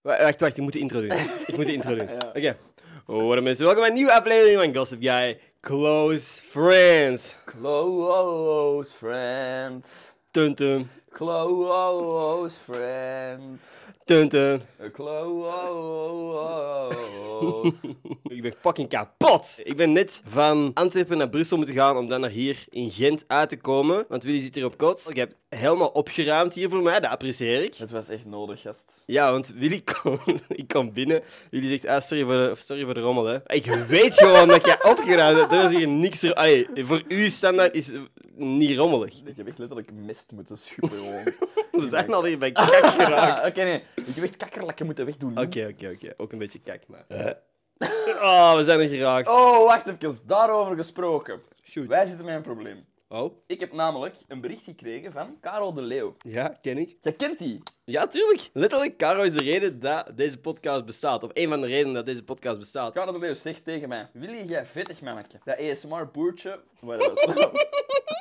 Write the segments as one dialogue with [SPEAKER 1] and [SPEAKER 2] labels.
[SPEAKER 1] Wa- Wacht, wacht, ik moet de intro doen. Ik moet de intro doen. Oké. Oh, wat een mensen, welkom bij een nieuwe aflevering van Gossip Guy Close Friends.
[SPEAKER 2] Close friend.
[SPEAKER 1] Tuntum,
[SPEAKER 2] Close friend.
[SPEAKER 1] tuntum.
[SPEAKER 2] Close.
[SPEAKER 1] Ik ben fucking kapot. Ik ben net van Antwerpen naar Brussel moeten gaan om dan naar hier in Gent uit te komen. Want Willy zit hier op kot. Ik heb het helemaal opgeruimd hier voor mij, dat apprecieer ik.
[SPEAKER 2] Het was echt nodig, gast.
[SPEAKER 1] Ja, want Willy kwam, ik kwam binnen. Willy zegt, ah, sorry, voor de, sorry voor de rommel, hè. Ik weet gewoon dat jij opgeruimd hebt. Er is hier niks... ro- Allee, voor uw standaard is het niet rommelig.
[SPEAKER 2] Ik heb echt letterlijk mist moeten schuppen gewoon.
[SPEAKER 1] We zijn alweer bij kak geraakt.
[SPEAKER 2] Ah, Oké, nee. Ik heb echt kakkerlakken moeten wegdoen.
[SPEAKER 1] Oké, oké, oké. Ook een beetje kak, maar... Eh. Oh, we zijn er geraakt.
[SPEAKER 2] Oh, wacht even. Daarover gesproken.
[SPEAKER 1] Shoot.
[SPEAKER 2] Wij zitten met een probleem.
[SPEAKER 1] Oh,
[SPEAKER 2] Ik heb namelijk een bericht gekregen van Karel de Leeuw.
[SPEAKER 1] ja, ken ik.
[SPEAKER 2] Jij kent die?
[SPEAKER 1] Ja, tuurlijk. Letterlijk, Caro is de reden dat deze podcast bestaat. Of een van de redenen dat deze podcast bestaat.
[SPEAKER 2] Karel de Leeuw zegt tegen mij: Willy, jij vettig mannetje. Dat ASMR-boertje. Waar was dat?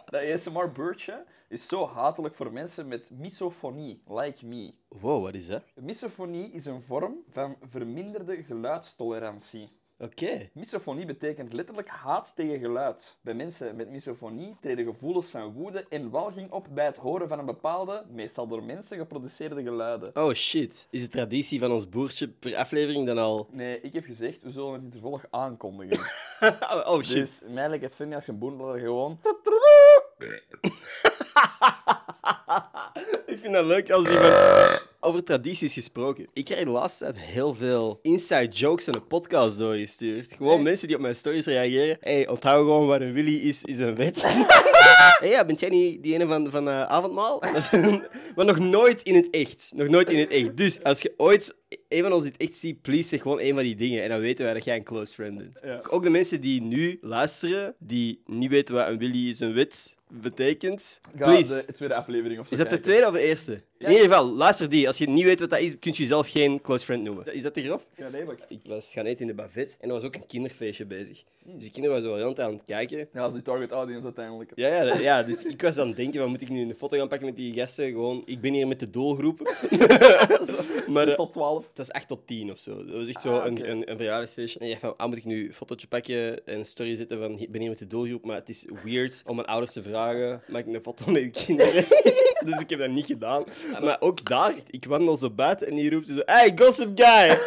[SPEAKER 2] dat ASMR-boertje is zo hatelijk voor mensen met misofonie, like me.
[SPEAKER 1] Wow, wat is dat?
[SPEAKER 2] Misofonie is een vorm van verminderde geluidstolerantie.
[SPEAKER 1] Oké.
[SPEAKER 2] Misofonie betekent letterlijk haat tegen geluid. Bij mensen met misofonie treden gevoelens van woede en walging op bij het horen van een bepaalde, meestal door mensen geproduceerde geluiden.
[SPEAKER 1] Oh, shit. Is de traditie van ons boertje per aflevering dan al...
[SPEAKER 2] Nee, ik heb gezegd, we zullen het in vervolg aankondigen.
[SPEAKER 1] oh, shit.
[SPEAKER 2] Dus mij lijkt het funny als je een boendelaar gewoon...
[SPEAKER 1] Ik vind dat leuk als iemand... Over tradities gesproken. Ik krijg de laatste tijd heel veel inside jokes aan de podcast doorgestuurd. Gewoon
[SPEAKER 2] Hey.
[SPEAKER 1] mensen die op mijn stories reageren. Hé, hey, onthoud gewoon waar een Willy is, is een wet. Hé, ja, bent jij niet die ene van, van eh, Avondmaal? Dat is een- maar nog nooit in het echt. Nog nooit in het echt. Dus als je ooit een van ons in het echt ziet, please zeg gewoon een van die dingen. En dan weten wij dat jij een close friend bent.
[SPEAKER 2] Ja.
[SPEAKER 1] Ook de mensen die nu luisteren, die niet weten wat een Willy is een wet betekent.
[SPEAKER 2] Ga
[SPEAKER 1] Please,
[SPEAKER 2] de tweede aflevering of zo
[SPEAKER 1] is dat de
[SPEAKER 2] kijken.
[SPEAKER 1] tweede of de eerste? In ieder geval, luister die. Als je niet weet wat dat is, kun je jezelf geen close friend noemen. Is dat te grof?
[SPEAKER 2] Ja, lelijk.
[SPEAKER 1] Ik was gaan eten in de buffet en er was ook een kinderfeestje bezig. Dus die kinderen waren zo heel de tijd aan het kijken.
[SPEAKER 2] Ja, als die target audience uiteindelijk.
[SPEAKER 1] Ja, ja, dat- ja, dus ik was aan het denken, wat moet ik nu een foto gaan pakken met die gasten? Gewoon, ik ben hier met de doelgroep. maar eh,
[SPEAKER 2] 6 tot 12.
[SPEAKER 1] het was 8 tot 10 of zo. Dat was echt zo
[SPEAKER 2] Ah, oké.
[SPEAKER 1] een, een, een verjaardagsfeestje. En je dacht van, ah, moet ik nu een fotootje pakken en een story zetten van, ik ben hier met de doelgroep, maar het is weird om mijn ouders te vragen, maak een foto met je kinderen. dus ik heb dat niet gedaan.
[SPEAKER 2] Ah,
[SPEAKER 1] Maar ook daar, ik wandel zo buiten en die roept zo, hey, gossip guy!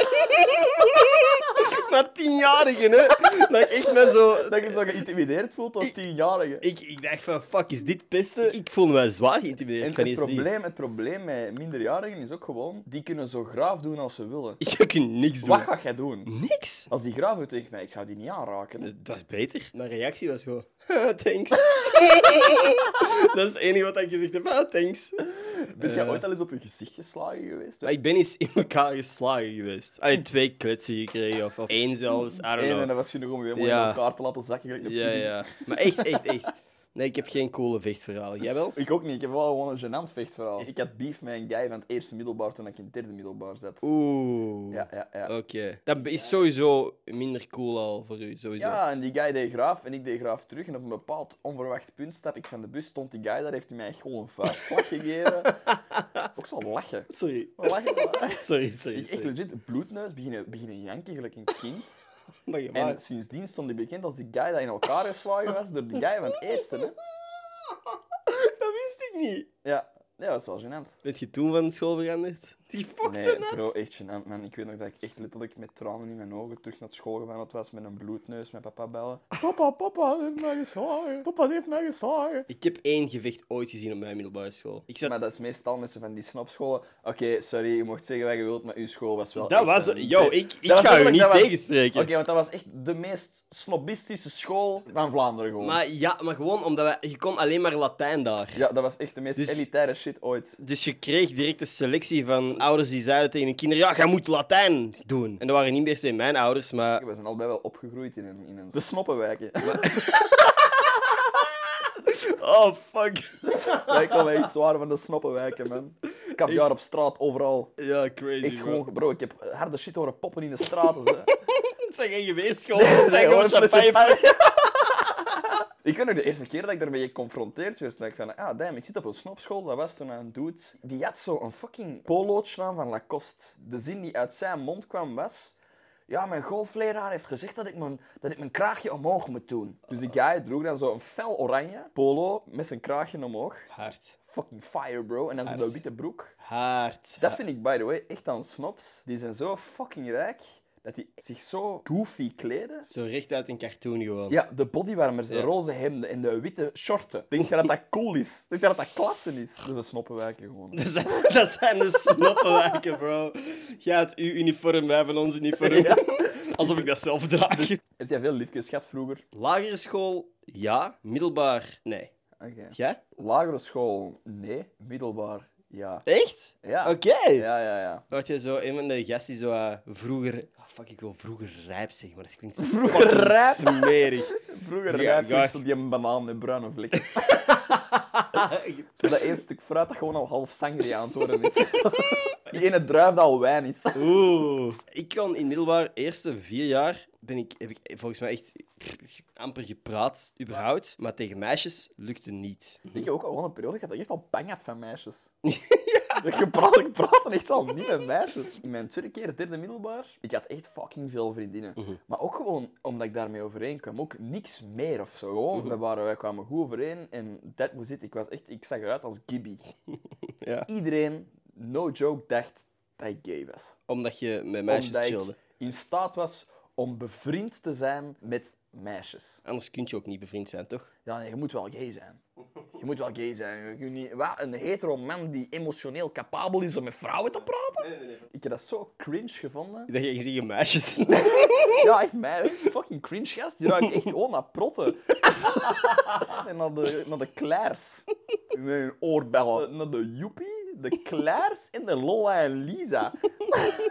[SPEAKER 1] maar tienjarigen, hè? Dat ik echt met zo...
[SPEAKER 2] Dat je zo geïntimideerd voelt als tienjarige.
[SPEAKER 1] Ik, ik dacht van, fuck, is dit pesten? Ik voel me wel zwaar geïntimideerd
[SPEAKER 2] En
[SPEAKER 1] van
[SPEAKER 2] het
[SPEAKER 1] eerst niet.
[SPEAKER 2] probleem, het probleem met minderjarigen is ook gewoon, die kunnen zo graaf doen als ze willen.
[SPEAKER 1] Ik kan niks doen.
[SPEAKER 2] Wat ga jij doen?
[SPEAKER 1] Niks?
[SPEAKER 2] Als die graaf doet tegen mij, ik zou die niet aanraken.
[SPEAKER 1] Dat was beter. Mijn reactie was gewoon, thanks. dat is het enige wat ik gezegd heb, ah, thanks.
[SPEAKER 2] Bent jij ooit al eens op je gezicht geslagen geweest?
[SPEAKER 1] Maar eh, ik ben eens in elkaar geslagen geweest. Allee, twee kletsen gekregen, of, of één zelfs, I don't
[SPEAKER 2] Hm. Eén, en
[SPEAKER 1] know.
[SPEAKER 2] dat was genoeg om je helemaal
[SPEAKER 1] Ja.
[SPEAKER 2] in elkaar te laten zakken. gelijk een
[SPEAKER 1] Ja,
[SPEAKER 2] pudding.
[SPEAKER 1] ja. Maar echt, echt, echt. Nee, ik heb geen coole vechtverhalen. Jij wel?
[SPEAKER 2] Ik ook niet, ik heb wel gewoon een gênant vechtverhaal. Ik had beef met een guy van het eerste middelbaar toen ik in het derde middelbaar zat.
[SPEAKER 1] Oeh.
[SPEAKER 2] Ja, ja, ja.
[SPEAKER 1] Oké. Dat is sowieso minder cool al voor u, sowieso.
[SPEAKER 2] Ja, en die guy deed graaf en ik deed graaf terug. En op een bepaald onverwacht punt stap ik van de bus, stond die guy daar, heeft hij mij echt gewoon een vuistslag gegeven. Ook zo lachen.
[SPEAKER 1] Sorry.
[SPEAKER 2] Wel Lachen, maar-
[SPEAKER 1] Sorry, sorry.
[SPEAKER 2] Ik echt
[SPEAKER 1] sorry.
[SPEAKER 2] legit bloedneus beginnen, beginnen janken gelijk een kind.
[SPEAKER 1] Maar je
[SPEAKER 2] En
[SPEAKER 1] maakt-
[SPEAKER 2] sindsdien stond hij bekend als die guy dat in elkaar geslagen was door die guy van het eerste. Hè?
[SPEAKER 1] Dat wist ik niet.
[SPEAKER 2] Ja. ja, dat is wel gênant.
[SPEAKER 1] Bent je toen van school veranderd? Die fokte
[SPEAKER 2] Nee,
[SPEAKER 1] net.
[SPEAKER 2] bro, echt gênant, man. Ik weet nog dat ik echt letterlijk met tranen in mijn ogen terug naar school gewandeld was met een bloedneus, met papa bellen. Papa, papa, die heeft mij geslagen. Papa, die heeft mij geslagen.
[SPEAKER 1] Ik heb één gevecht ooit gezien op mijn middelbare school. Ik zat...
[SPEAKER 2] Maar dat is meestal met zo van die snapscholen. Oké, sorry, je mocht zeggen wat je wilt, maar uw school was wel.
[SPEAKER 1] Dat
[SPEAKER 2] echt
[SPEAKER 1] was...
[SPEAKER 2] een-
[SPEAKER 1] Yo, ik, ik
[SPEAKER 2] was
[SPEAKER 1] ga u
[SPEAKER 2] letterlijk-
[SPEAKER 1] niet
[SPEAKER 2] dat was-
[SPEAKER 1] tegenspreken.
[SPEAKER 2] Oké, want dat was echt de meest snobistische school van Vlaanderen gewoon.
[SPEAKER 1] Maar ja, maar gewoon omdat we... Je kon alleen maar Latijn daar.
[SPEAKER 2] Ja, dat was echt de meest
[SPEAKER 1] Dus-
[SPEAKER 2] elitaire shit ooit.
[SPEAKER 1] Dus je kreeg direct een selectie van ouders die zeiden tegen hun kinderen... Ja, jij moet Latijn doen. En dat waren niet per se mijn ouders, maar...
[SPEAKER 2] We zijn allebei wel opgegroeid in een... In een... De
[SPEAKER 1] Dus-
[SPEAKER 2] snoppenwijken.
[SPEAKER 1] Oh, fuck.
[SPEAKER 2] Wij komen echt zwaar van de snoppenwijken, man. Ik heb jaar op straat, overal.
[SPEAKER 1] Ja, crazy,
[SPEAKER 2] Ik
[SPEAKER 1] bro.
[SPEAKER 2] gewoon... Bro, ik heb harde shit horen poppen in de straten, hè.
[SPEAKER 1] Het zijn geen geweestscholen, het zijn gewoon
[SPEAKER 2] Nee, hoor,
[SPEAKER 1] champagneflessen.
[SPEAKER 2] Ik weet nog de eerste keer dat ik daarmee geconfronteerd werd, dat ik van, ah damn, ik zit op een snopschool, dat was toen een dude, die had zo'n fucking polootje aan van Lacoste. De zin die uit zijn mond kwam was, ja, mijn golfleraar heeft gezegd dat ik mijn, dat ik mijn kraagje omhoog moet doen. Dus die guy droeg dan zo'n fel oranje polo met zijn kraagje omhoog.
[SPEAKER 1] Hard.
[SPEAKER 2] Fucking fire, bro. En dan zo'n
[SPEAKER 1] Hard.
[SPEAKER 2] witte broek.
[SPEAKER 1] Hard.
[SPEAKER 2] Dat vind ik, by the way, echt aan snobs. Die zijn zo fucking rijk, dat die zich zo goofy kleden.
[SPEAKER 1] Zo recht uit een cartoon gewoon.
[SPEAKER 2] Ja, de bodywarmers, de
[SPEAKER 1] Ja.
[SPEAKER 2] roze hemden en de witte shorten. Denk je dat dat cool is? Denk je dat dat klasse is? Dus ze snoppen wijken gewoon.
[SPEAKER 1] Dat zijn, dat zijn de snoppenwijken, bro. Gaat uw uniform, wij van ons uniform.
[SPEAKER 2] Ja.
[SPEAKER 1] Alsof ik dat zelf draag.
[SPEAKER 2] Heb jij veel liefjes gehad vroeger?
[SPEAKER 1] Lagere school, ja. Middelbaar, nee.
[SPEAKER 2] Oké.
[SPEAKER 1] Jij?
[SPEAKER 2] Lagere school, nee. Middelbaar, ja.
[SPEAKER 1] Echt?
[SPEAKER 2] Ja.
[SPEAKER 1] Oké.
[SPEAKER 2] Ja, ja, ja.
[SPEAKER 1] Word je zo een van de gasten die zo eh, vroeger... ah, fuck, ik wil vroeger rijp zeggen, maar dat klinkt zo
[SPEAKER 2] Vroeger
[SPEAKER 1] fucking
[SPEAKER 2] rijp?
[SPEAKER 1] smerig. Ja,
[SPEAKER 2] Vroeger ja,
[SPEAKER 1] ja.
[SPEAKER 2] ja. die een banaan met bruine vlekken. Zo dat eerste stuk fruit dat gewoon al half sangria aan het worden is. Die ene druif dat al wijn is.
[SPEAKER 1] Oeh. Ik kan in middelbaar eerste vier jaar ben ik, heb ik volgens mij echt pff, amper gepraat, überhaupt. Maar tegen meisjes lukte niet.
[SPEAKER 2] Ik heb ook al wel een periode gehad dat ik echt al bang had van meisjes. Dat Je praat, ik praatte echt al niet met meisjes. In mijn tweede keer, derde middelbaar, ik had echt fucking veel vriendinnen. Maar ook gewoon omdat ik daarmee overeen kwam. Ook niks meer of zo. Gewoon, we waren, wij kwamen goed overeen en dat was het. Ik, was echt, ik zag eruit als Gibby.
[SPEAKER 1] Ja.
[SPEAKER 2] Iedereen, no joke, dacht dat ik gay was.
[SPEAKER 1] Omdat je met meisjes
[SPEAKER 2] omdat
[SPEAKER 1] chillde.
[SPEAKER 2] ik in staat was om bevriend te zijn met meisjes.
[SPEAKER 1] Anders kun je ook niet bevriend zijn, toch?
[SPEAKER 2] Ja, nee, je moet wel gay zijn. Je moet wel gay zijn. Je kunt niet... Wat? Een hetero man die emotioneel capabel is om met vrouwen te praten? Ik heb dat zo cringe gevonden.
[SPEAKER 1] Dat je tegen meisjes...
[SPEAKER 2] Ja, echt mij. Fucking cringe gast. Die ruikt echt gewoon naar protten. en naar de, naar de klaars. Met hun oorbellen. Naar de joepie, de klaars en de Lola en Lisa.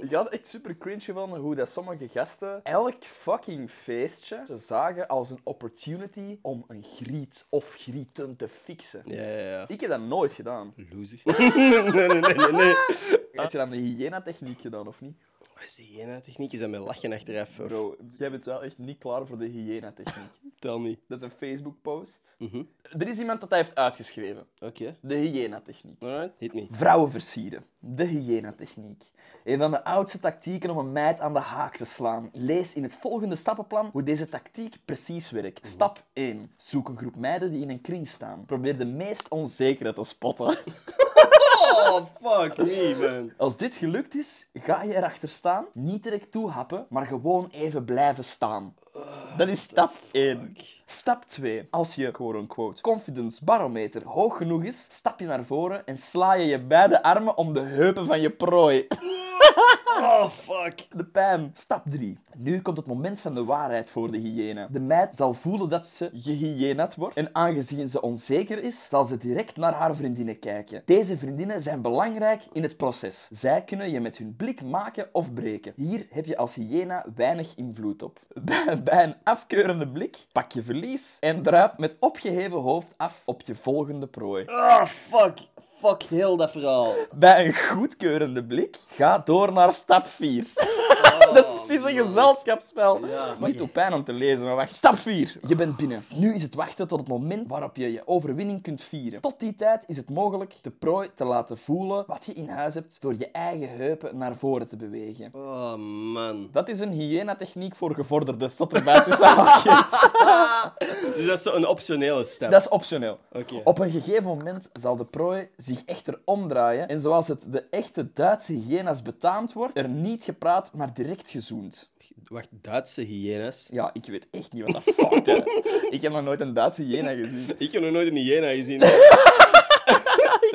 [SPEAKER 2] Ik had echt super cringe gevonden hoe dat sommige gasten elk fucking feestje ze zagen als een opportunity om een griet of grieten te fixen.
[SPEAKER 1] ja, ja, ja.
[SPEAKER 2] Ik heb dat nooit gedaan.
[SPEAKER 1] Loser. nee, nee, nee, nee, nee.
[SPEAKER 2] Heb je dan de hygiënatechniek gedaan of niet?
[SPEAKER 1] Wat is die ene techniek? Is dat met lachen achteraf? Of?
[SPEAKER 2] Bro, jij bent wel echt niet klaar voor de hygiënatechniek.
[SPEAKER 1] Tell me.
[SPEAKER 2] Dat is een Facebook-post.
[SPEAKER 1] Mhm.
[SPEAKER 2] Er is iemand dat hij heeft uitgeschreven.
[SPEAKER 1] Oké.
[SPEAKER 2] De hyena-techniek.
[SPEAKER 1] Alright. Hit me.
[SPEAKER 2] Vrouwen versieren. De hyena-techniek. Een van de oudste tactieken om een meid aan de haak te slaan. Lees in het volgende stappenplan hoe deze tactiek precies werkt. Stap 1. Zoek een groep meiden die in een kring staan. Probeer de meest onzekere te spotten.
[SPEAKER 1] Oh, fuck me, man.
[SPEAKER 2] Als dit gelukt is, ga je erachter staan. Niet direct toehappen, maar gewoon even blijven staan. Dat is stap 1. Stap 2. Als je quote-unquote confidence barometer hoog genoeg is, stap je naar voren en sla je je beide armen om de heupen van je prooi.
[SPEAKER 1] Oh, fuck.
[SPEAKER 2] De pijn. Stap 3. Nu komt het moment van de waarheid voor de hyena. De meid zal voelen dat ze gehyënat wordt. En aangezien ze onzeker is, zal ze direct naar haar vriendinnen kijken. Deze vriendinnen zijn belangrijk in het proces. Zij kunnen je met hun blik maken of breken. Hier heb je als hyena weinig invloed op. Bij, bij een afkeurende blik pak je verlies en druip met opgeheven hoofd af op je volgende prooi.
[SPEAKER 1] Ah, fuck. Fuck heel dat verhaal.
[SPEAKER 2] Bij een goedkeurende blik ga door naar stap 4. dat is precies een gezelschapsspel.
[SPEAKER 1] Ja.
[SPEAKER 2] maar het doet pijn om te lezen, maar wacht. Stap 4. Je bent binnen. Nu is het wachten tot het moment waarop je je overwinning kunt vieren. Tot die tijd is het mogelijk de prooi te laten voelen wat je in huis hebt door je eigen heupen naar voren te bewegen.
[SPEAKER 1] Oh, man.
[SPEAKER 2] Dat is een hyena-techniek voor gevorderden, staat erbij tussen haakjes.
[SPEAKER 1] Dus dat is zo'n optionele stap.
[SPEAKER 2] Dat is optioneel.
[SPEAKER 1] Oké.
[SPEAKER 2] Op een gegeven moment zal de prooi zich echter omdraaien en zoals het de echte Duitse hyena's betaamt wordt, er niet gepraat, maar direct gezoend.
[SPEAKER 1] Wacht, Duitse hyena's?
[SPEAKER 2] Ja, ik weet echt niet wat dat fuck hè. Ik heb nog nooit een Duitse hyena gezien.
[SPEAKER 1] Ik heb nog nooit een hyena gezien.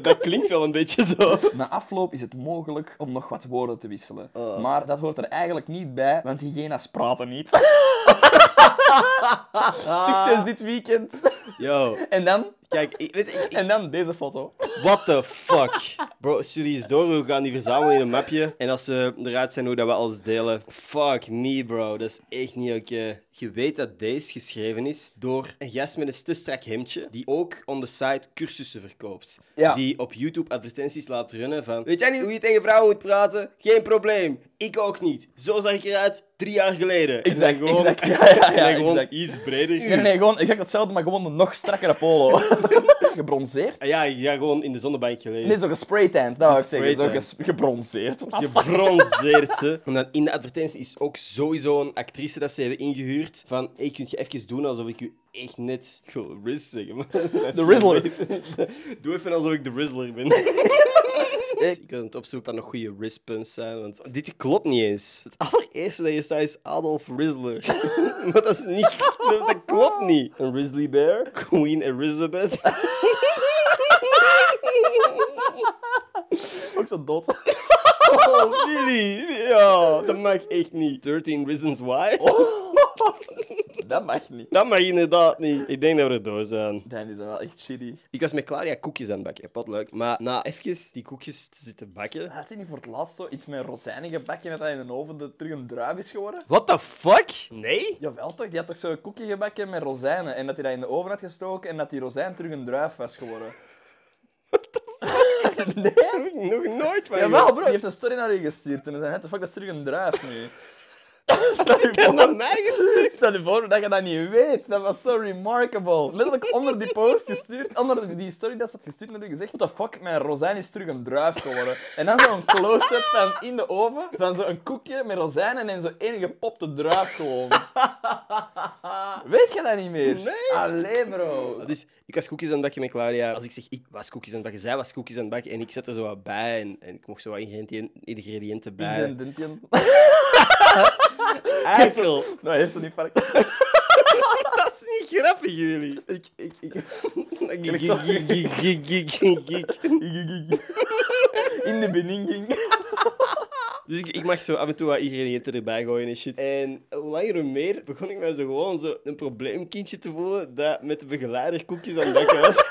[SPEAKER 1] dat klinkt wel een beetje zo.
[SPEAKER 2] Na afloop is het mogelijk om nog wat woorden te wisselen. Maar dat hoort er eigenlijk niet bij, want hyena's praten niet. Succes dit weekend.
[SPEAKER 1] Yo,
[SPEAKER 2] En dan,
[SPEAKER 1] kijk, ik, weet, ik, ik-
[SPEAKER 2] en dan deze foto.
[SPEAKER 1] what the fuck? Bro, jullie eens door, we gaan die verzamelen in een mapje. En als we eruit zijn, hoe dat we alles delen. Fuck me, bro, dat is echt niet oké. Je weet dat deze geschreven is door een gast met een te strak hemdje, die ook on the side cursussen verkoopt.
[SPEAKER 2] Ja.
[SPEAKER 1] Die op YouTube advertenties laat runnen van... Weet jij niet hoe je tegen vrouwen moet praten? Geen probleem. Ik ook niet. Zo zag ik eruit drie jaar geleden. En
[SPEAKER 2] Exact,
[SPEAKER 1] dan gewoon,
[SPEAKER 2] exact. Ja, ja, ja,
[SPEAKER 1] en dan gewoon
[SPEAKER 2] exact.
[SPEAKER 1] iets breder.
[SPEAKER 2] Nee, nee, gewoon exact hetzelfde, maar gewoon een nog strakkere polo. gebronzeerd?
[SPEAKER 1] Ah Ja, ja, gewoon in de zonnebank gelegen.
[SPEAKER 2] Nee, zo gespraytanned, dat wou ik zeggen. Zo
[SPEAKER 1] Gespraytanned.
[SPEAKER 2] ges- gebronzeerd. What the
[SPEAKER 1] Je
[SPEAKER 2] fuck?
[SPEAKER 1] bronzeert ze. En dan in de advertentie is ook sowieso een actrice dat ze hebben ingehuurd. Van, hey, kunt je even doen alsof ik u echt net... Ik wil Riz zeggen, maar...
[SPEAKER 2] De Rizzler.
[SPEAKER 1] Doe even alsof ik de Rizzler ben. Ik kan het opzoeken dat nog goede rispunts zijn, want dit klopt niet eens. Het allereerste dat je staat is Adolf Rizzler. maar dat is niet... Dat, dat klopt niet. Een Rizzly Bear, Queen Elizabeth.
[SPEAKER 2] Ook zo dood.
[SPEAKER 1] Oh, Willy. Ja, dat mag echt niet. 13 Reasons Why.
[SPEAKER 2] Dat mag niet.
[SPEAKER 1] Dat mag Nou, inderdaad niet. Ik denk dat we er door zijn.
[SPEAKER 2] Dan is dat wel echt shitty.
[SPEAKER 1] Ik was met Claudia koekjes aan het bakken. Wat leuk. Maar na even die koekjes te zitten bakken...
[SPEAKER 2] Had hij niet voor het laatst zo iets met rozijnen gebakken dat hij in de oven de, terug een druif is geworden?
[SPEAKER 1] What the fuck? Nee?
[SPEAKER 2] Jawel toch, die had toch zo'n koekje gebakken met rozijnen en dat hij dat in de oven had gestoken en dat die rozijn terug een druif was geworden. nee?
[SPEAKER 1] Nog nooit van
[SPEAKER 2] Jawel bro, die heeft een story naar u gestuurd en dan zei hij, "What the fuck, dat is terug een druif nu. Stel je
[SPEAKER 1] En
[SPEAKER 2] voor-
[SPEAKER 1] naar mij gestuurd.
[SPEAKER 2] Stel je voor dat je dat niet weet. Dat was zo remarkable. Letterlijk onder die post gestuurd, onder die story dat ze had gestuurd, had ik gezegd: What the fuck, mijn rozijn is terug een druif geworden. En dan zo'n close-up van in de oven, van zo'n koekje met rozijnen en zo één gepopte druif gewoon. Weet je dat niet meer?
[SPEAKER 1] Nee.
[SPEAKER 2] Allee, bro.
[SPEAKER 1] Dus ik was koekjes aan het bakken met Claudia. Als ik zeg, ik was koekjes aan het bakken, zij was koekjes aan het bakken. En ik zette zo wat bij en, en ik mocht zo wat ingrediënten, ingrediënten bij. Eikel.
[SPEAKER 2] Nou, heeft ze niet vaak.
[SPEAKER 1] Dat is niet grappig, jullie. Ik, ik, ik.
[SPEAKER 2] Klinkt zo.
[SPEAKER 1] Ik, ik, ik, ik, ik, ik.
[SPEAKER 2] In de beninging.
[SPEAKER 1] Dus ik, ik mag zo af en toe wat ingrediënten erbij gooien en shit. En hoe langer hoe meer begon ik mij zo gewoon zo een probleemkindje te voelen dat met de begeleider koekjes aan het bakken was.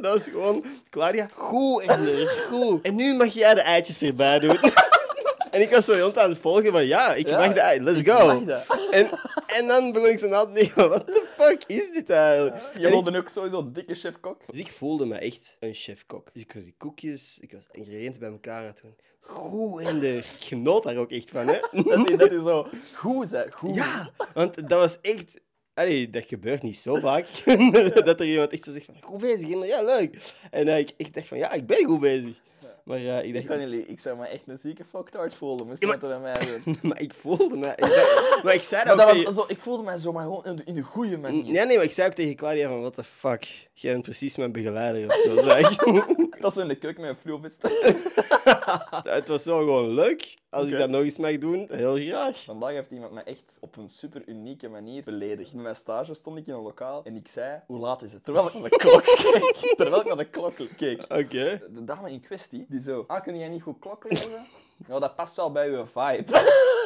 [SPEAKER 1] Dat was gewoon, Claudia, goed Ender, goed. En nu mag jij de eitjes erbij doen. En ik was zo heel aan het volgen van, ja, ik
[SPEAKER 2] Ja,
[SPEAKER 1] mag de ei, let's go.
[SPEAKER 2] mag dat.
[SPEAKER 1] En, en dan begon ik zo na te denken, what the fuck is dit eigenlijk?
[SPEAKER 2] Je
[SPEAKER 1] En ik-
[SPEAKER 2] wilde ook sowieso dikke chef-kok.
[SPEAKER 1] Dus ik voelde me echt een chef-kok. Dus ik was die koekjes, ik was ingrediënten bij elkaar aan het doen. Goed en de genoot daar ook echt van, hè?
[SPEAKER 2] Dat is, dat is zo goed, zeg. Goed.
[SPEAKER 1] ja, want dat was echt... Allee, dat gebeurt niet zo vaak. dat er iemand echt zo zegt van, goed bezig, Ender, ja, leuk. En dat ik echt dacht van, ja, ik ben goed bezig. Maar eh, ik
[SPEAKER 2] Ik kan
[SPEAKER 1] dacht...
[SPEAKER 2] jullie, ik zou me echt een zieke fucktard voelen, moest je dat bij mij doen.
[SPEAKER 1] Maar ik voelde me... Ik dacht- maar ik zei dat
[SPEAKER 2] Maar
[SPEAKER 1] ook
[SPEAKER 2] dat
[SPEAKER 1] tegen-
[SPEAKER 2] was, zo, ik voelde mij zo, maar gewoon in de, in de goede manier.
[SPEAKER 1] Nee, nee, maar ik zei ook tegen Claudia van, what the fuck? Jij bent precies mijn begeleider of zo, zei ik.
[SPEAKER 2] Dat zo in de keuken met een vloeibest.
[SPEAKER 1] Het was wel gewoon leuk. Als
[SPEAKER 2] Oké.
[SPEAKER 1] ik dat nog eens mag doen, heel graag.
[SPEAKER 2] Vandaag heeft iemand me echt op een super unieke manier beledigd. Met mijn stage stond ik in een lokaal en ik zei, hoe laat is het? Terwijl ik naar de klok keek. Terwijl ik naar de klok keek.
[SPEAKER 1] Oké.
[SPEAKER 2] De dame in kwestie, die zo, ah, kun jij niet goed klok lezen? Nou, dat past wel bij uw vibe.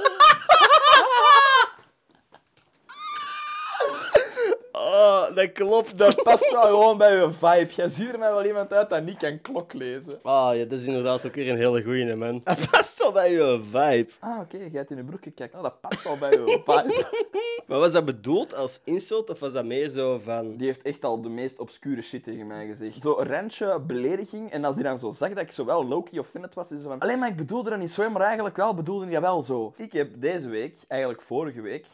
[SPEAKER 1] Oh, dat klopt. Dat...
[SPEAKER 2] Dat past wel gewoon bij uw vibe. Jij ziet er mij wel iemand uit dat niet kan klok lezen.
[SPEAKER 1] Ah, ja, dat is inderdaad ook weer een hele goeie, man. Dat past wel bij je vibe.
[SPEAKER 2] Ah, oké, jij hebt in de broek gekeken. Nou, dat past wel bij uw vibe.
[SPEAKER 1] Maar was dat bedoeld als insult of was dat meer zo van...
[SPEAKER 2] Die heeft echt al de meest obscure shit tegen mij gezegd. Zo randje belediging. En als die dan zo zag dat ik zowel low-key offended was, is zo van... Alleen maar ik bedoelde dat niet zo, maar eigenlijk wel bedoelde hij dat wel zo. Ik heb deze week, eigenlijk vorige week...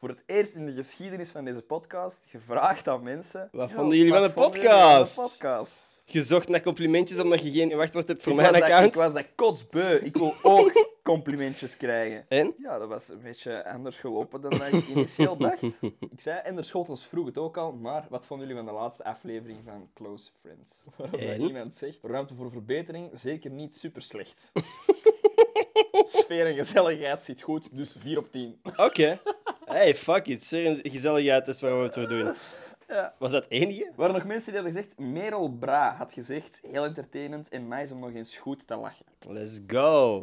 [SPEAKER 2] Voor het eerst in de geschiedenis van deze podcast gevraagd aan mensen.
[SPEAKER 1] Wat
[SPEAKER 2] "Yo,
[SPEAKER 1] vonden jullie van
[SPEAKER 2] wat
[SPEAKER 1] de
[SPEAKER 2] vonden jullie van de
[SPEAKER 1] podcast?"
[SPEAKER 2] podcast?
[SPEAKER 1] Gezocht naar complimentjes omdat je geen wachtwoord hebt voor
[SPEAKER 2] Ik
[SPEAKER 1] mijn
[SPEAKER 2] was dat-
[SPEAKER 1] account?
[SPEAKER 2] Ik was dat kotsbeu. Ik wil ook complimentjes krijgen.
[SPEAKER 1] En?
[SPEAKER 2] Ja, dat was een beetje anders gelopen dan dat ik initieel dacht. Ik zei, en de Schotels vroeg het ook al, maar wat vonden jullie van de laatste aflevering van Close Friends? Waarop dat
[SPEAKER 1] En?
[SPEAKER 2] iemand zegt, ruimte voor verbetering, zeker niet super slecht. Sfeer en gezelligheid zit goed, dus 4 op 10.
[SPEAKER 1] Oké. Hey, fuck it. Serieus, gezelligheid is waar we het voor doen.
[SPEAKER 2] Ja.
[SPEAKER 1] Was dat het enige?
[SPEAKER 2] Er waren nog mensen die hadden gezegd, Merel Bra had gezegd, heel entertainend en nice om nog eens goed te lachen.
[SPEAKER 1] Let's go.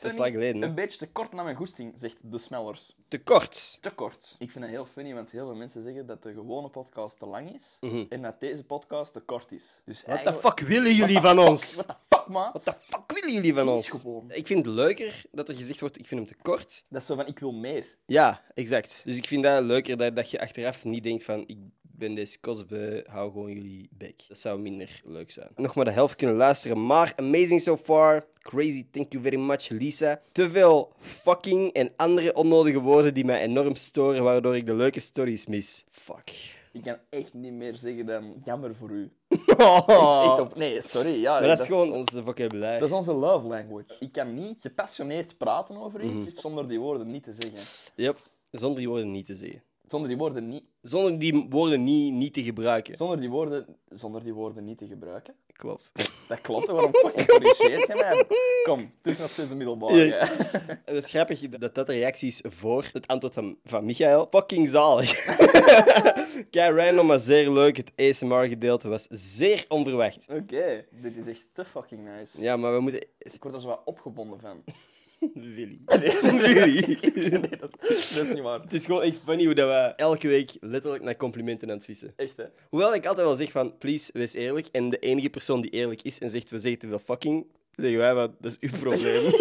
[SPEAKER 1] Dat is
[SPEAKER 2] Funny,
[SPEAKER 1] lang geleden, hè?
[SPEAKER 2] Een beetje te kort naar mijn goesting, zegt de Smellers.
[SPEAKER 1] Te kort.
[SPEAKER 2] te kort. Ik vind dat heel funny, want heel veel mensen zeggen dat de gewone podcast te lang is en dat deze podcast te kort is. Dus
[SPEAKER 1] Mhm. What the fuck willen jullie van ons?
[SPEAKER 2] What the fuck, man?
[SPEAKER 1] What the fuck willen jullie van
[SPEAKER 2] Kies
[SPEAKER 1] ons?
[SPEAKER 2] gewoon.
[SPEAKER 1] Ik vind het leuker dat er gezegd wordt, ik vind hem te kort.
[SPEAKER 2] Dat is zo van, ik wil meer.
[SPEAKER 1] Ja, exact. Dus ik vind dat leuker dat, dat je achteraf niet denkt van ik ben deze kotsbe, hou gewoon jullie bek. Dat zou minder leuk zijn. Nog maar de helft kunnen luisteren, maar amazing so far. Crazy, thank you very much, Lisa. Te veel fucking en andere onnodige woorden die mij enorm storen, waardoor ik de leuke stories mis. Fuck.
[SPEAKER 2] Ik kan echt niet meer zeggen dan jammer voor u.
[SPEAKER 1] maar
[SPEAKER 2] Echt op, nee, sorry. Ja,
[SPEAKER 1] Ah. dat is gewoon onze vocabulaire.
[SPEAKER 2] dat is onze love language. Ik kan niet gepassioneerd praten over iets
[SPEAKER 1] Mhm.
[SPEAKER 2] zonder die woorden niet te zeggen.
[SPEAKER 1] Yep. Zonder die woorden niet te zeggen.
[SPEAKER 2] Zonder die woorden niet,
[SPEAKER 1] Zonder die woorden niet, niet te gebruiken.
[SPEAKER 2] zonder die woorden, zonder die woorden niet te gebruiken.
[SPEAKER 1] Klopt.
[SPEAKER 2] Dat klopt, hè, waarom fucking corrigeert je mij? Kom, terug naar het middelbaar.
[SPEAKER 1] Ja. En het is grappig dat dat de reactie is voor het antwoord van, van Michael. Fucking zalig. Kei random, maar zeer leuk. Het ASMR-gedeelte was zeer onverwacht.
[SPEAKER 2] Oké, dit is echt te fucking nice.
[SPEAKER 1] Ja, maar we moeten...
[SPEAKER 2] Ik word er zo wat opgebonden van.
[SPEAKER 1] Willy.
[SPEAKER 2] Nee,
[SPEAKER 1] Willy.
[SPEAKER 2] nee, dat, dat is niet waar.
[SPEAKER 1] Het is gewoon echt funny hoe dat we elke week letterlijk naar complimenten aan het vissen.
[SPEAKER 2] Echt, hè?
[SPEAKER 1] Hoewel ik altijd wel zeg van, please, wees eerlijk. En de enige persoon die eerlijk is en zegt, we zeggen te veel fucking, zeggen wij van, dat is uw probleem.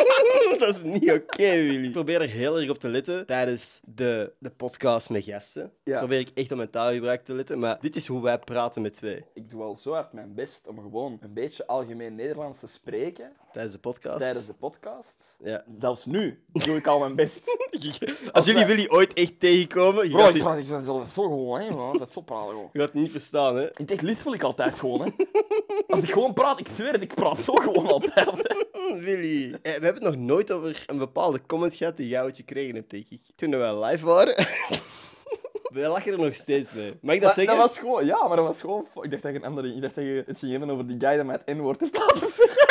[SPEAKER 1] dat is niet oké, Willy. Ik probeer er heel erg op te letten tijdens de, de podcast met gasten.
[SPEAKER 2] Ja.
[SPEAKER 1] Probeer ik echt op mijn taalgebruik te letten. Maar dit is hoe wij praten met twee
[SPEAKER 2] Ik doe al zo hard mijn best om gewoon een beetje algemeen Nederlands te spreken
[SPEAKER 1] tijdens de podcast.
[SPEAKER 2] tijdens de podcast.
[SPEAKER 1] Ja.
[SPEAKER 2] Zelfs nu doe ik al mijn best.
[SPEAKER 1] Als jullie
[SPEAKER 2] wij-
[SPEAKER 1] Willy ooit echt tegenkomen, je
[SPEAKER 2] Bro,
[SPEAKER 1] gaat,
[SPEAKER 2] ik
[SPEAKER 1] dit-
[SPEAKER 2] praat ik praat altijd zo gewoon, hè, man. Dat is zo praten, gewoon.
[SPEAKER 1] je gaat het niet verstaan, hè.
[SPEAKER 2] In het echt liefst wil ik altijd gewoon, hè. Als ik gewoon praat, ik zweer het, ik praat zo gewoon altijd. hè.
[SPEAKER 1] Willy. Eh, We hebben het nog nooit over een bepaalde comment gehad die jij ooit gekregen hebt, denk ik. Toen we live waren. we lachen er nog steeds mee. Mag ik dat
[SPEAKER 2] Maar
[SPEAKER 1] zeggen?
[SPEAKER 2] was gewoon, ja, maar dat was gewoon. Ik dacht dat je een andere. Ik dacht dat je het ging hebben over die guy die mij het N-woord heeft laten zeggen.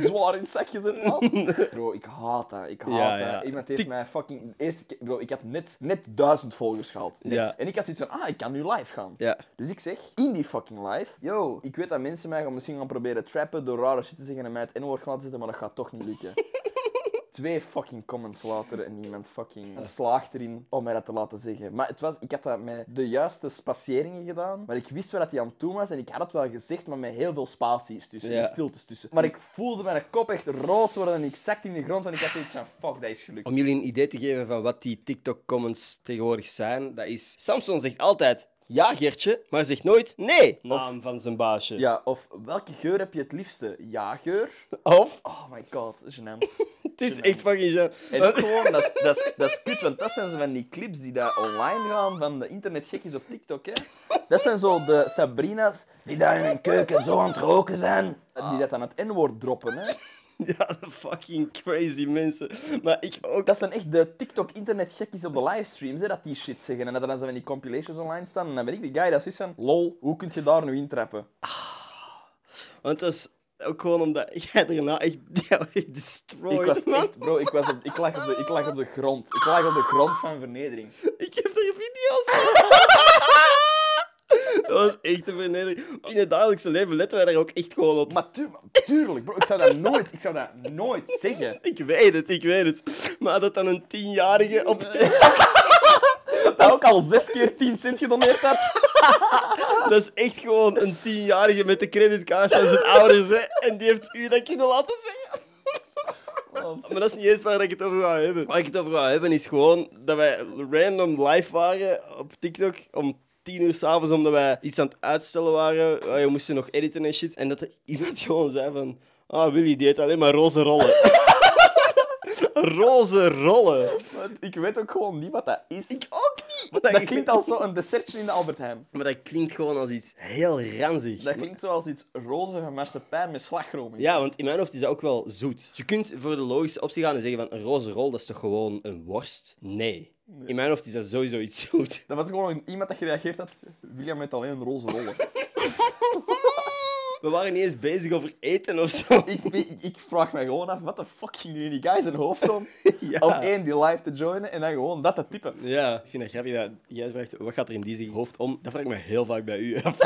[SPEAKER 2] Zwaar in het zakje zit, man. Bro, ik haat dat. Ik haat
[SPEAKER 1] Ja,
[SPEAKER 2] dat.
[SPEAKER 1] ja.
[SPEAKER 2] Iemand heeft
[SPEAKER 1] Tik-
[SPEAKER 2] mij fucking. de Eerste keer, bro, ik had net, net duizend volgers gehad. Net.
[SPEAKER 1] Ja.
[SPEAKER 2] En ik had zoiets van, ah, ik kan nu live gaan.
[SPEAKER 1] Ja.
[SPEAKER 2] Dus ik zeg, in die fucking live, yo, ik weet dat mensen mij gaan misschien gaan proberen trappen door rare shit te zeggen en mij het N-woord gaan laten zitten, maar dat gaat toch niet lukken. Twee fucking comments later en iemand fucking slaagt erin om mij dat te laten zeggen. Maar het was, ik had dat met de juiste spaceringen gedaan, maar ik wist wel dat hij aan het doen was en ik had het wel gezegd, maar met heel veel spaties tussen,
[SPEAKER 1] Ja.
[SPEAKER 2] en stiltes tussen. Maar ik voelde mijn kop echt rood worden en ik zakte in de grond en ik had zoiets van, fuck, dat is gelukt.
[SPEAKER 1] Om jullie een idee te geven van wat die TikTok-comments tegenwoordig zijn, dat is... Samson zegt altijd ja, Gertje, maar zegt nooit nee. Naam van zijn baasje.
[SPEAKER 2] Ja, of welke geur heb je het liefste? Ja-geur?
[SPEAKER 1] Of...
[SPEAKER 2] Oh my god, gênant.
[SPEAKER 1] Het is echt fucking... ja.
[SPEAKER 2] En ook gewoon, dat is, dat, is, dat is kut, want dat zijn zo van die clips die daar online gaan van de internetgekkies op TikTok, hè. Dat zijn zo de Sabrina's die daar in hun keuken zo aan het roken zijn. Die dat aan het N-woord droppen, hè.
[SPEAKER 1] Ja, de fucking crazy mensen. Maar ik ook...
[SPEAKER 2] Dat zijn echt de TikTok-internetgekkies op de livestreams, hè, dat die shit zeggen. En dat er dan zo van die compilations online staan. En dan ben ik die guy dat zoiets van, lol, hoe kun je daar nu intrappen?
[SPEAKER 1] Want dat is ook gewoon omdat jij daarna echt... Ja, echt destroyed,
[SPEAKER 2] Ik was
[SPEAKER 1] man.
[SPEAKER 2] echt, bro, ik, was op, ik, lag op de, ik lag op de grond. Ik lag op de grond van vernedering.
[SPEAKER 1] Ik heb er video's van. Dat was echt een vernedering. In het dagelijkse leven letten wij daar ook echt gewoon op.
[SPEAKER 2] Maar tu- tuurlijk, bro, ik zou dat nooit, ik zou dat nooit zeggen.
[SPEAKER 1] Ik weet het, ik weet het. Maar dat dan een tienjarige op tv...
[SPEAKER 2] Dat ook al zes keer 10 cent gedoneerd had.
[SPEAKER 1] Dat is echt gewoon een tienjarige met de creditcard van zijn ouders, hè. En die heeft u dat kunnen laten zeggen. Maar dat is niet eens waar ik het over wou hebben. Oh. Waar ik het over wou hebben is gewoon dat wij random live waren op TikTok om tien uur s'avonds, omdat wij iets aan het uitstellen waren. Ah, We moesten nog editen en shit. En dat er iemand gewoon zei van... Ah, Willy, die eet alleen maar roze rollen. roze rollen.
[SPEAKER 2] Ik weet ook gewoon niet wat dat is.
[SPEAKER 1] Ik ook niet.
[SPEAKER 2] Dat klinkt als zo'n dessertje in de Albert Heijn.
[SPEAKER 1] Maar dat klinkt gewoon als iets heel ranzig.
[SPEAKER 2] Dat klinkt zoals iets roze van marsepein met slagroom in.
[SPEAKER 1] Ja, want in mijn hoofd is dat ook wel zoet. Je kunt voor de logische optie gaan en zeggen van een roze rol, dat is toch gewoon een worst? Nee. In mijn hoofd is dat sowieso iets zoet.
[SPEAKER 2] Dat was gewoon een- iemand dat gereageerd had. William met alleen een roze rollen.
[SPEAKER 1] We waren niet eens bezig over eten of zo.
[SPEAKER 2] ik, ik, ik vraag me gewoon af, wat de fuck ging er in die guy zijn hoofd om?
[SPEAKER 1] Ja.
[SPEAKER 2] Om één die live te joinen en dan gewoon dat te typen.
[SPEAKER 1] Ja, ik vind dat grappig dat jij vraagt, wat gaat er in die zijn hoofd om? Dat vraag ik me heel vaak bij u af.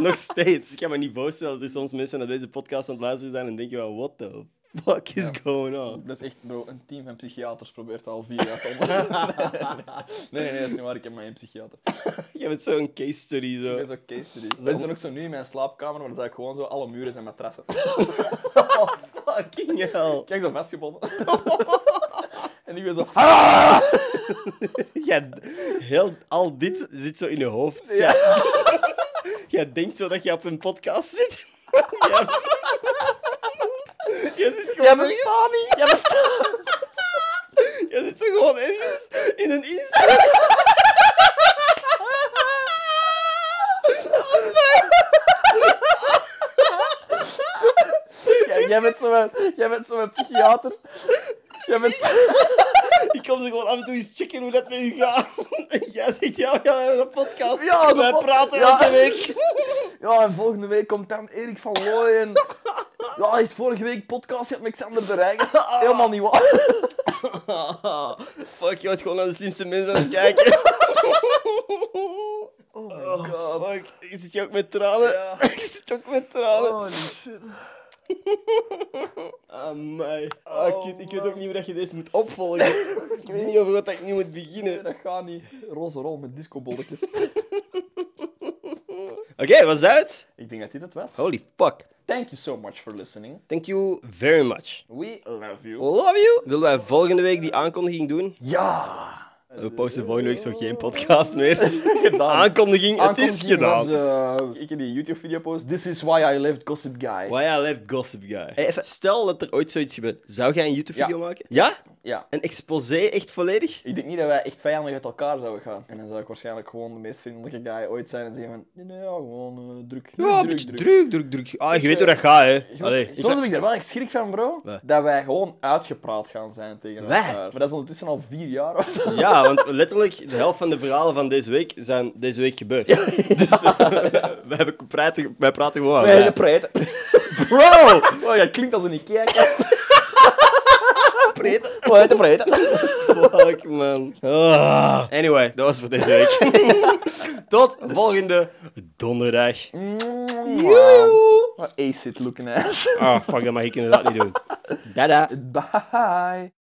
[SPEAKER 1] Nog steeds. Ik kan me niet voorstellen dat er soms mensen naar deze podcast aan het luisteren zijn en denken van, what the fuck is going on?
[SPEAKER 2] Dat is echt, bro, een team van psychiaters probeert al vier jaar te onderzoeken. Nee, nee, nee, dat is niet waar. Ik heb maar één psychiater.
[SPEAKER 1] Jij bent zo'n case study zo.
[SPEAKER 2] Dat is ook case study. Dat is dan ook zo nu in mijn slaapkamer, maar dan zijn gewoon zo alle muren zijn matrassen.
[SPEAKER 1] Fucking hell.
[SPEAKER 2] Kijk, zo vastgebonden. En ik ben zo... "Ah!"
[SPEAKER 1] Ja, heel, al dit zit zo in je hoofd.
[SPEAKER 2] Ja.
[SPEAKER 1] Jij denkt zo dat je op een podcast zit. Ja. Jij zit gewoon,
[SPEAKER 2] Jij bestaat niet. Jij bestaat
[SPEAKER 1] jij zit zo gewoon ergens in een instelling.
[SPEAKER 2] Jij- Jij bent zo mijn, jij bent zo mijn psychiater. Jij bent zo-
[SPEAKER 1] Ik kom ze gewoon af en toe eens checken hoe dat met u gaat. En jij zegt, ja, we hebben een podcast.
[SPEAKER 2] Ja, de
[SPEAKER 1] Wij
[SPEAKER 2] pod-
[SPEAKER 1] praten
[SPEAKER 2] ja.
[SPEAKER 1] elke week.
[SPEAKER 2] Ja, en volgende week komt dan Erik van Looyen. Ja, echt vorige week podcast gehad met Xander de Rijger. Helemaal niet waar.
[SPEAKER 1] Ah, fuck, je wordt gewoon naar de slimste mensen aan het kijken.
[SPEAKER 2] Oh my
[SPEAKER 1] Oh, fuck. Ik zit je ook met tranen?
[SPEAKER 2] Ja. Oh.
[SPEAKER 1] Ik zit ook met tranen.
[SPEAKER 2] Holy shit.
[SPEAKER 1] Amai. Ah,
[SPEAKER 2] Oh,
[SPEAKER 1] kut, ik weet
[SPEAKER 2] man.
[SPEAKER 1] ook niet meer dat je deze moet opvolgen. ik weet niet over wat ik nu moet beginnen.
[SPEAKER 2] Nee, dat gaat niet. Roze rol met discobolletjes.
[SPEAKER 1] Oké, was uit?
[SPEAKER 2] Ik denk dat dit het was.
[SPEAKER 1] Holy fuck.
[SPEAKER 2] Thank you so much for listening.
[SPEAKER 1] Thank you very much.
[SPEAKER 2] We love you.
[SPEAKER 1] Love you. Willen wij volgende week die aankondiging doen?
[SPEAKER 2] Ja!
[SPEAKER 1] We posten volgende week zo geen podcast meer.
[SPEAKER 2] Gedaan.
[SPEAKER 1] Aankondiging, het is
[SPEAKER 2] Aankondiging was,
[SPEAKER 1] gedaan.
[SPEAKER 2] eh, ik in die YouTube-video post. This is why I left Gossip Guy.
[SPEAKER 1] Why I left Gossip Guy. Hey, even, stel dat er ooit zoiets gebeurt. Zou jij een YouTube-video maken? Ja?
[SPEAKER 2] Ja.
[SPEAKER 1] Een exposé, echt volledig?
[SPEAKER 2] Ik denk niet dat wij echt vijandig uit elkaar zouden gaan. En dan zou ik waarschijnlijk gewoon de meest vriendelijke guy ooit zijn en zeggen van... Nee, nee, ja, gewoon eh, druk.
[SPEAKER 1] Ja,
[SPEAKER 2] druk,
[SPEAKER 1] druk, druk, druk, druk. Ah, je weet hoe dat gaat, hè.
[SPEAKER 2] Soms-
[SPEAKER 1] Allee, ik-
[SPEAKER 2] Soms heb ik er wel echt schrik van, bro.
[SPEAKER 1] Wat?
[SPEAKER 2] Dat wij gewoon uitgepraat gaan zijn tegen
[SPEAKER 1] Wij?
[SPEAKER 2] elkaar. Maar dat is ondertussen al vier jaar of zo.
[SPEAKER 1] Ja, want letterlijk de helft van de verhalen van deze week zijn deze week gebeurd. Dus eh, wij, hebben praten, wij praten gewoon aan.
[SPEAKER 2] Wij
[SPEAKER 1] elkaar.
[SPEAKER 2] hebben preten.
[SPEAKER 1] Bro!
[SPEAKER 2] Oh, jij klinkt als een Ikea-kast. Oh,
[SPEAKER 1] Preten.
[SPEAKER 2] Wij hebben preten.
[SPEAKER 1] Fuck, man. Ah. Anyway, dat was voor deze week. Tot volgende donderdag. Joejoe.
[SPEAKER 2] Wat acid looking ass.
[SPEAKER 1] Ah, fuck, dat mag ik inderdaad niet doen. Dada.
[SPEAKER 2] Bye.